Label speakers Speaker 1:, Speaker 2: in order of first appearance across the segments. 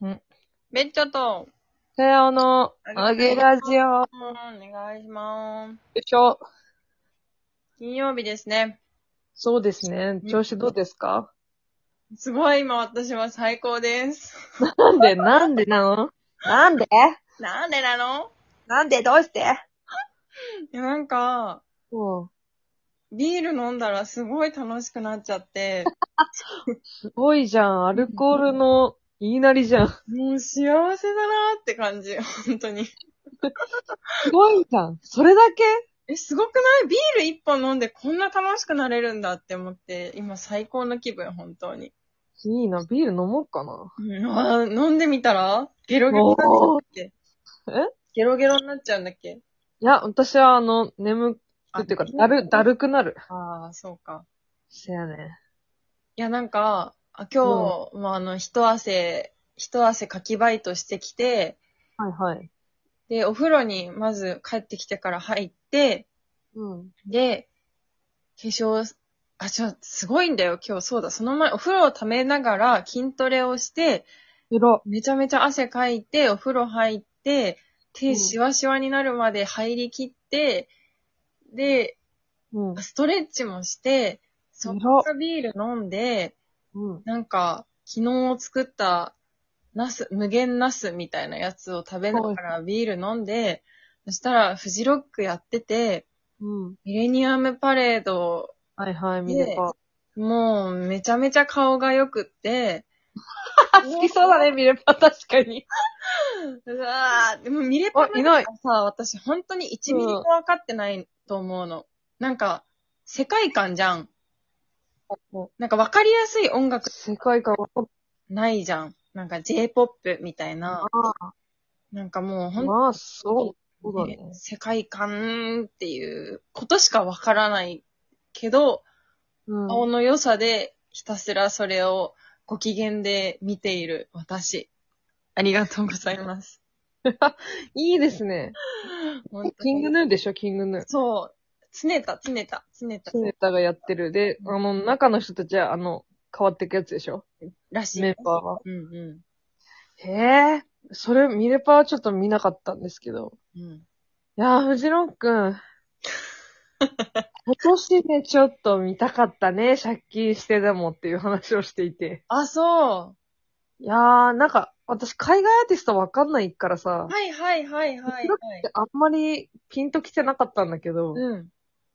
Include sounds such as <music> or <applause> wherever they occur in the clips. Speaker 1: うん。
Speaker 2: べっちょと、
Speaker 1: さようの、あげラジオ。
Speaker 2: お
Speaker 1: よ
Speaker 2: 願いします。
Speaker 1: いしょ。
Speaker 2: 金曜日ですね。
Speaker 1: そうですね。調子どうですか、
Speaker 2: すごい今私は最高です。
Speaker 1: なんで、なんでなのなんで
Speaker 2: なんでなの
Speaker 1: なんでどうして
Speaker 2: いやなんか、
Speaker 1: も
Speaker 2: ビール飲んだらすごい楽しくなっちゃって、
Speaker 1: う、すごいじゃん。アルコールの言いなりじゃん。す
Speaker 2: もう幸せだなーって感じ、本当に。
Speaker 1: ごいじゃん。それだけ
Speaker 2: え、すごくないビール一本飲んでこんな楽しくなれるんだって思って、今最高の気分、本当に。
Speaker 1: いいな。ビール飲もうかな。
Speaker 2: うんあー飲んでみたらゲロゲロになっちゃうんだっけ
Speaker 1: え
Speaker 2: ゲロゲロになっちゃうんだっけ
Speaker 1: いや、私はあの、眠くっていうか、だる、だるくなる。
Speaker 2: ああ、そうか。
Speaker 1: せやね。
Speaker 2: いや、なんか、あ今日、もあの、一汗、一汗かきバイトしてきて、
Speaker 1: はいはい。
Speaker 2: で、お風呂にまず帰ってきてから入って、
Speaker 1: うん。
Speaker 2: で、化粧、あ、ちょ、すごいんだよ、今日、そうだ、その前、お風呂を溜めながら筋トレをして、
Speaker 1: えら。
Speaker 2: めちゃめちゃ汗かいて、お風呂入って、
Speaker 1: う
Speaker 2: 手
Speaker 1: ん
Speaker 2: シワシワになるまで入りきって、で、
Speaker 1: うん。
Speaker 2: ストレッチもして、そっからビール飲んで、
Speaker 1: うん。
Speaker 2: なんか、昨日作った、ナス、無限ナスみたいなやつを食べながらビール飲んで、そしたらフジロックやってて、
Speaker 1: うん。
Speaker 2: ミレニアムパレード、
Speaker 1: はいはい、
Speaker 2: ね
Speaker 1: み
Speaker 2: え
Speaker 1: ねか。
Speaker 2: もうめちゃめちゃ顔が良くって、
Speaker 1: 好きそうだね、ミレパ、確かに。
Speaker 2: うわーでもミレパ
Speaker 1: あいない
Speaker 2: なんかさ、私本当に1ミリも分かってないと思うの。なんか、世界観じゃん。なんか分かりやすい音楽
Speaker 1: 世界観は、
Speaker 2: ないじゃん。なんか J-POP みたいな。なんかもう本当
Speaker 1: まあ、そう。そうだね。
Speaker 2: ね世界観っていうことしかわからないけど、
Speaker 1: うん。
Speaker 2: 顔の良さでひたすらそれをご機嫌で見ている私。ありがとうございます。
Speaker 1: いいですね。
Speaker 2: <laughs> 本当
Speaker 1: キング
Speaker 2: に。
Speaker 1: ヌーでしょ、キングヌー。
Speaker 2: そう。つねた、つねた、つねた
Speaker 1: ス。ネタがやってる。で、あの、中の人たちは、あの、変わっていくやつでしょ
Speaker 2: らしい。
Speaker 1: メンバーは。
Speaker 2: うんう
Speaker 1: へえ。それ、ミレパはちょっと見なかったんですけど。
Speaker 2: ん。うん。
Speaker 1: いやー、藤郎く <laughs> ん。今年ね、ちょっと見たかったね。借金してでもっていう話をしていて。
Speaker 2: あ、そ
Speaker 1: いやー、なんか、私、海外アーティストわかんないからさ
Speaker 2: う。、はいはいはいはい、はい。
Speaker 1: あんまりピンときてなかったんだけど、
Speaker 2: うん。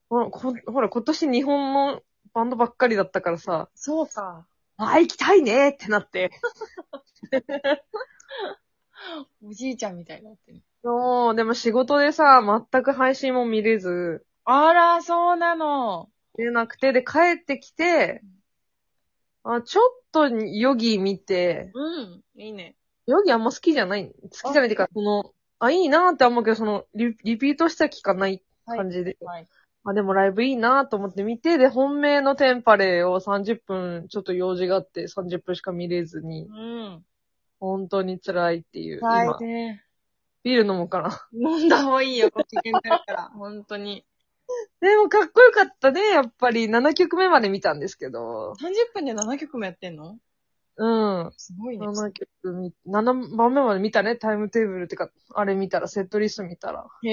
Speaker 1: ほら、こほら今年日本のバンドばっかりだったからさ、
Speaker 2: そうか。
Speaker 1: あ、行きたいねーってなって。
Speaker 2: おじいちゃんみたいになってる。
Speaker 1: もう、でも仕事でさ、全く配信も見れず、
Speaker 2: あら、そうなの。
Speaker 1: 出なくて、で、帰ってきて、あ、ちょっとヨギ見て、
Speaker 2: うん。いいね。
Speaker 1: ヨギあんま好きじゃない、好きじゃないっていうか、その、あ、いいなーって思うけど、そのリ、リピートした聞かない
Speaker 2: はい
Speaker 1: 感じで。
Speaker 2: はい。
Speaker 1: あ、でもライブいいなと思って見て、で、本命のテンパレーを30分、ちょっと用事があって30分しか見れずに、
Speaker 2: うん。
Speaker 1: 本当に辛いっていう。
Speaker 2: はい
Speaker 1: 今、
Speaker 2: ね。
Speaker 1: ビール飲もうかな。
Speaker 2: 飲んだ方がいいよ、ご機嫌だから。本当に。
Speaker 1: でもかっこよかったね、やっぱり。7曲目まで見たんですけど。
Speaker 2: 30分で7曲もやってんの
Speaker 1: うん。
Speaker 2: すごいね。
Speaker 1: 7曲見、7番目まで見たね、タイムテーブルってか、あれ見たら、セットリスト見たら。
Speaker 2: へ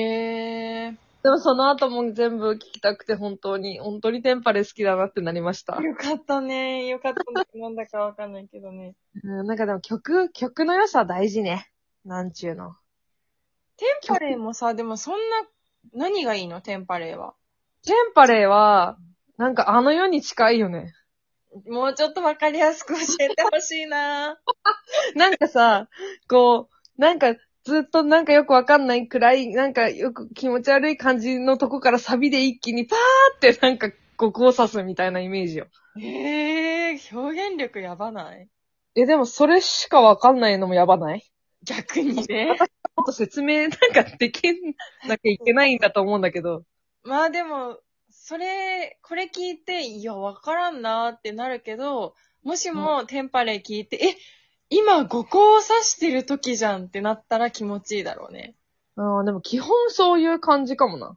Speaker 2: ー。
Speaker 1: でもその後も全部聞きたくて、本当に、本当にテンパレ好きだなってなりました。
Speaker 2: よかったね。よかったね。なんだかわかんないけどね。
Speaker 1: うん、なんかでも曲、曲の良さは大事ね。なんちゅうの。
Speaker 2: テンパレーもさ、でもそんな、何がいいのテンパレーは。
Speaker 1: テンパレーは、なんかあの世に近いよね。
Speaker 2: もうちょっとわかりやすく教えてほしいな。
Speaker 1: なんかさ、こう、なんかずっとなんかよくわかんない暗い、なんかよく気持ち悪い感じのとこからサビで一気にパーってなんかこう交差すみたいなイメージよ。
Speaker 2: へー。表現力やばない
Speaker 1: え、でもそれしかわかんないのもやばない
Speaker 2: 逆にね。
Speaker 1: もっと説明なんかできなきゃいけないんだと思うんだけど。
Speaker 2: まあでも、それ、これ聞いて、いや、わからんなーってなるけど、もしもテンパレー聞いて、え、今五行を指してる時じゃんってなったら気持ちいいだろうね。
Speaker 1: ああ、でも基本そういう感じかもな。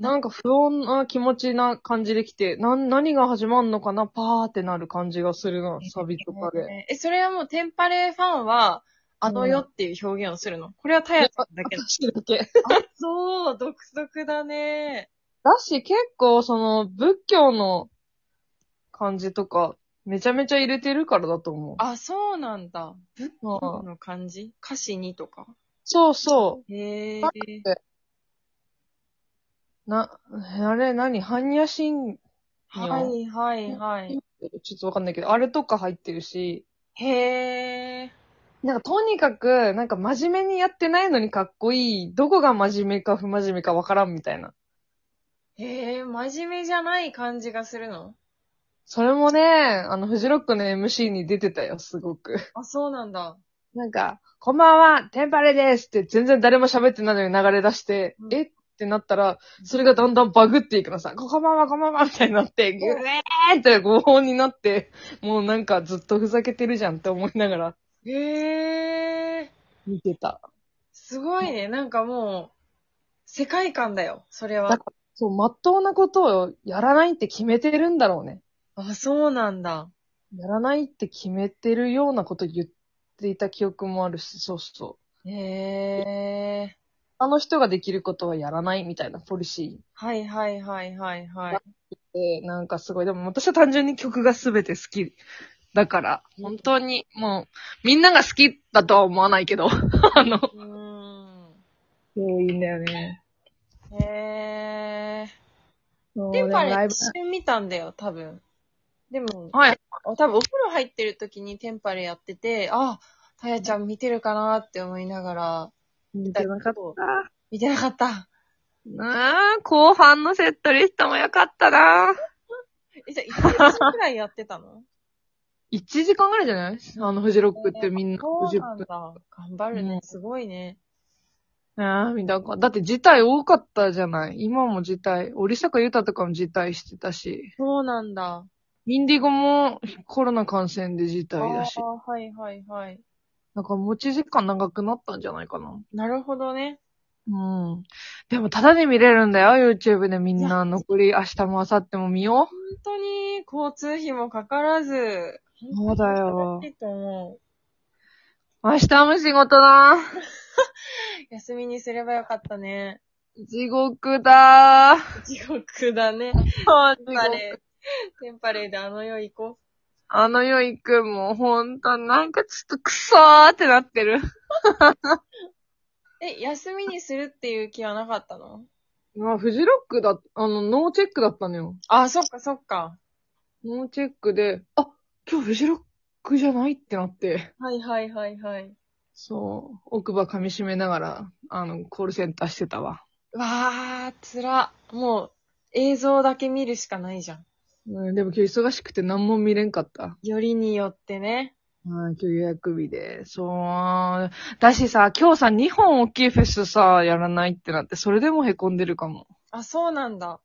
Speaker 1: なんか不穏な気持ちな感じできて、なん、何が始まんのかなパーってなる感じがするな、サビとかで。
Speaker 2: え、それはもうテンパレーファンは、あの世っていう表現をするの。これはタヤさんだけだ。
Speaker 1: 私だけ。
Speaker 2: そう、独特だね。
Speaker 1: だし、結構、その、仏教の感じとか、めちゃめちゃ入れてるからだと思う。
Speaker 2: あ、そうなんだ。仏
Speaker 1: あ
Speaker 2: 教の感じ歌詞にとか。
Speaker 1: そうそ
Speaker 2: へえ。
Speaker 1: う。な、あれ、何般若心
Speaker 2: はいはいはい。
Speaker 1: ちょっとわかんないけど、あれとか入ってるし、
Speaker 2: へえ。
Speaker 1: なんかとにかく、なんか真面目にやってないのにかっこいい、どこが真面目か不真面目かわからんみたいな。
Speaker 2: へえ、真面目じゃない感じがするの
Speaker 1: それもね、あの、フジロックの MC に出てたよ、すごく。
Speaker 2: あ、そうなんだ。
Speaker 1: なんか、こんばんは、テンパレですって全然誰も喋ってないのに流れ出して、
Speaker 2: うん
Speaker 1: えってなったら、それがだんだんバグっていくのさ、ここんばんは、こんばんはみたいになって、ぐえーってご法になって、もうなんかずっとふざけてるじゃんって思いながら
Speaker 2: へえ。
Speaker 1: 見てた。
Speaker 2: すごいね。なんかもう、世界観だよ、それは
Speaker 1: だ。そう、まっとうなことをやらないって決めてるんだろうね。
Speaker 2: あ、そうなんだ。
Speaker 1: やらないって決めてるようなこと言っていた記憶もあるし、そうそう。
Speaker 2: へえ。
Speaker 1: あの人ができることはやらないみたいなポリシ
Speaker 2: はいはいはいはいはい。
Speaker 1: ーで、なんかすごい。でも私は単純に曲が全て好き。だから、本当に、もう、みんなが好きだとは思わないけど、 <laughs> あの、
Speaker 2: うーん。
Speaker 1: いいんだよね。
Speaker 2: へえ。
Speaker 1: そう
Speaker 2: テンパ
Speaker 1: でもラ
Speaker 2: レ
Speaker 1: イブ
Speaker 2: 一瞬見たんだよ、多分。でも、
Speaker 1: はい。
Speaker 2: あ多分お風呂入ってる時にテンパレやってて、あ、たやちゃん見てるかなって思いながら、
Speaker 1: 見てなかった。
Speaker 2: 見てなかった。
Speaker 1: なあ、後半のセットリストも良かったな
Speaker 2: え、じゃあ、1時間くらいやってた <laughs> の
Speaker 1: 1時間ぐらいじゃないあの、フジロックってみんな
Speaker 2: そう
Speaker 1: 50
Speaker 2: なん
Speaker 1: 分
Speaker 2: だ。。頑張る
Speaker 1: う
Speaker 2: ね
Speaker 1: ん。
Speaker 2: すごいね。
Speaker 1: ああ、みたいな。だって辞退多かったじゃない今も辞退。折坂優太とかも辞退してたし。
Speaker 2: そうなんだ。
Speaker 1: インディゴもコロナ感染で辞
Speaker 2: あ
Speaker 1: 退だし。
Speaker 2: ーはいはいはい。
Speaker 1: なんか持ち時間長くなったんじゃないかな。
Speaker 2: なるほどね。
Speaker 1: うん。でも、ただで見れるんだよ、YouTube でみん
Speaker 2: いや
Speaker 1: な。残り明日も明後日も見よう。
Speaker 2: 本当に、交通費もかからず、
Speaker 1: そうだよ
Speaker 2: いいと思
Speaker 1: 明日も仕事だ。
Speaker 2: う。休みにすればよかったね。 <laughs>
Speaker 1: 地獄だ。
Speaker 2: 地獄だね。
Speaker 1: 本
Speaker 2: テンパレー。テンパレーであの世行こ
Speaker 1: あの世行くんも、ほんと、なんかちょっとクソーってなってる。
Speaker 2: う。え、休みにするっていう気はなかったの
Speaker 1: まあ、フジロックだ、あの、ノーチェックだったのよ。
Speaker 2: あ、そっかそっか。
Speaker 1: ノーチェックで、あ、今日フジロックじゃないってなって。
Speaker 2: はいはいはいはい。
Speaker 1: そう、奥歯噛み締めながら、あの、コールセンターしてたわ。
Speaker 2: わー、つら。もう、映像だけ見るしかないじゃん。
Speaker 1: うん、でも今日忙しくて何も見れんかった。
Speaker 2: よりによってね。
Speaker 1: うん、今日予約日で。そう。だしさ、今日さ、2本大きいフェスさ、やらないってなって、それでも凹んでるかも。
Speaker 2: あ、そうなんだ。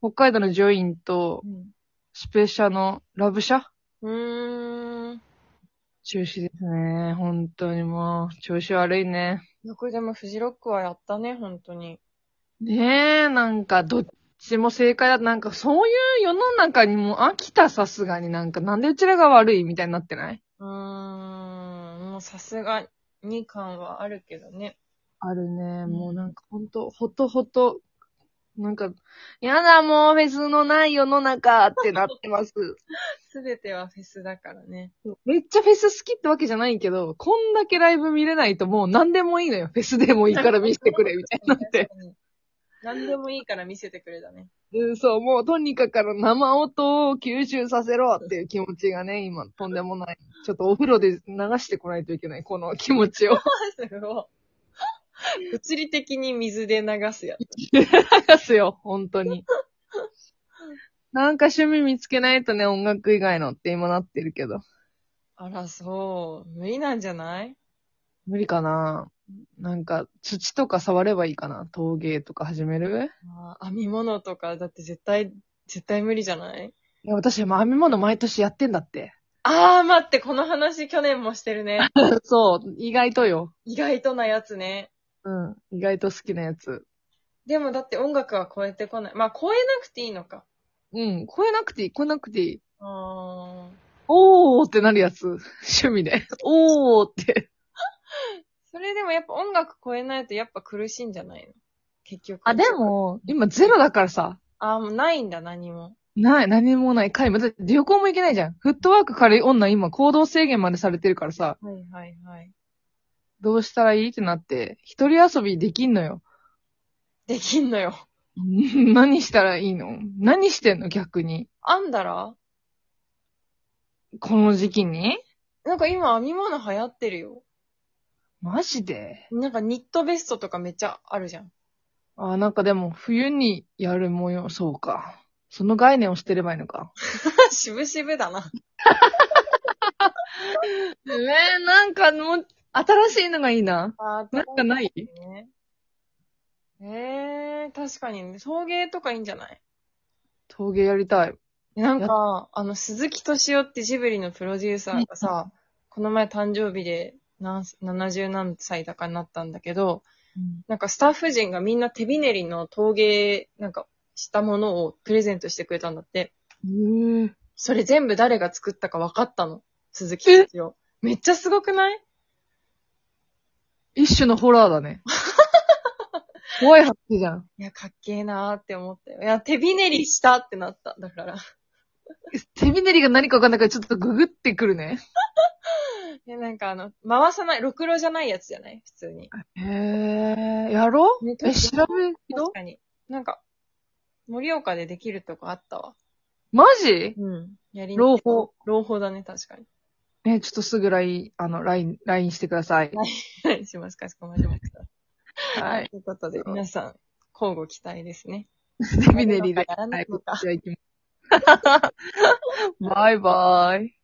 Speaker 1: 北海道のジョインと
Speaker 2: う、ん。
Speaker 1: スペシャのラブシャ
Speaker 2: うーん。
Speaker 1: 中止ですね。本当にもう、調子悪いね。
Speaker 2: よくでもフジロックはやったね、本当に。
Speaker 1: ねえ、なんか、どっちも正解だ。なんか、そういう世の中にも飽きた、さすがになんか、なんでうちらが悪いみたいになってないう
Speaker 2: ーん。もうさすがに感はあるけどね。
Speaker 1: あるね。
Speaker 2: ん
Speaker 1: もうなんか、ほんと、ほとほと、なんか、やだ、もう、フェスのない世の中ってなってます。
Speaker 2: すべてはフェスだからね。
Speaker 1: <laughs> めっちゃフェス好きってわけじゃないけど、こんだけライブ見れないともう何でもいいのよ。フェスでもいいから見せてくれ、みたいになって。
Speaker 2: 確かに。 <laughs> 何でもいいから見せてくれだね。
Speaker 1: <laughs> うん、そう、もうとにかくあの生音を吸収させろっていう気持ちがね、今、とんでもない。ちょっとお風呂で流してこないといけない、この気持 <laughs> ちを。
Speaker 2: すごい。 <laughs> 物理的に水で流すやつ。
Speaker 1: 流すよ、本当 <laughs> に。なんか趣味見つけないとね、音楽以外のって今なってるけど。
Speaker 2: あら、そう。無理なんじゃない
Speaker 1: 無理かななんか、土とか触ればいいかな陶芸とか始める
Speaker 2: あー編み物とか、だって絶対、絶対無理じゃない
Speaker 1: いや、私、もう編み物毎年やってんだって。
Speaker 2: あー、待って、この話去年もしてる <laughs> ね。
Speaker 1: そう、意外とよ。
Speaker 2: 意外となやつね。
Speaker 1: うん、意外と好きなやつ。
Speaker 2: でもだって音楽は超えてこない。まあ、超えなくていいのか。
Speaker 1: うん。超えなくていい、超えなくていい。
Speaker 2: あー
Speaker 1: おーってなるやつ。 <laughs> 趣味で。おーって。
Speaker 2: それでもやっぱ音楽超えないとやっぱ苦しいんじゃないの結局。
Speaker 1: あ、で。も、今ゼロだからさ。
Speaker 2: あー、もうないんだ、何も。
Speaker 1: ない、何もない。皆無。だって旅行も行けないじゃん。フットワーク軽い女今行動制限までされてるからさ、
Speaker 2: はいはいはい。
Speaker 1: どうしたらいいってなって、一人遊びできんのよ。
Speaker 2: できんのよ。
Speaker 1: うん <laughs> 何したらいいの何してんの逆に。
Speaker 2: あんだら
Speaker 1: この時期に
Speaker 2: なんか今編み物流行ってるよ。
Speaker 1: マジで
Speaker 2: なんかニットベストとかめっちゃあるじゃん。 <laughs>
Speaker 1: あ、なんかでも冬にやる模様、そうか。その概念を捨てればいいのか。
Speaker 2: 渋々だな。
Speaker 1: ねえ、なんかもう、新しいのがいいな。
Speaker 2: あ
Speaker 1: なんかない
Speaker 2: ね。えー、確かにね、送迎とかいいんじゃない
Speaker 1: 陶芸やりたい。
Speaker 2: なんか、あの、鈴木敏夫ってジブリのプロデューサーがさ、この前誕生日で何、70何歳だかになったんだけど、なんかスタッフ陣がみんな手びねりの陶芸、なんか、したものをプレゼントしてくれたんだって。
Speaker 1: うん。
Speaker 2: それ全部誰が作ったか分かったの。鈴木敏夫。めっちゃすごくない
Speaker 1: 一種のホラーだね。 <laughs> 怖い話じゃん。
Speaker 2: いや、かっけえなーって思ったよ。いや、手びねりしたってなった。だから。
Speaker 1: 手びねりが何かわかんないからちょっとググってくるね。
Speaker 2: で、なんかあの、回さない、ろくろじゃないやつじゃない普通に。
Speaker 1: へえ、やろう
Speaker 2: ね
Speaker 1: え、調べる
Speaker 2: 確かに。なんか、盛岡でできるとこあったわ。
Speaker 1: マジ
Speaker 2: うん。やりに
Speaker 1: 朗報。
Speaker 2: 朗報だね、確かに。
Speaker 1: ね、ちょっとすぐ LINE、あの、LINE、LINE してください。
Speaker 2: はい <laughs> しますかしこまりました。 <laughs>
Speaker 1: はい。
Speaker 2: ということで、皆さん、交互期待ですね。
Speaker 1: 手びねりで。
Speaker 2: やら
Speaker 1: は
Speaker 2: ない
Speaker 1: い、
Speaker 2: のか <laughs>
Speaker 1: じゃあ行きます。バイバイ。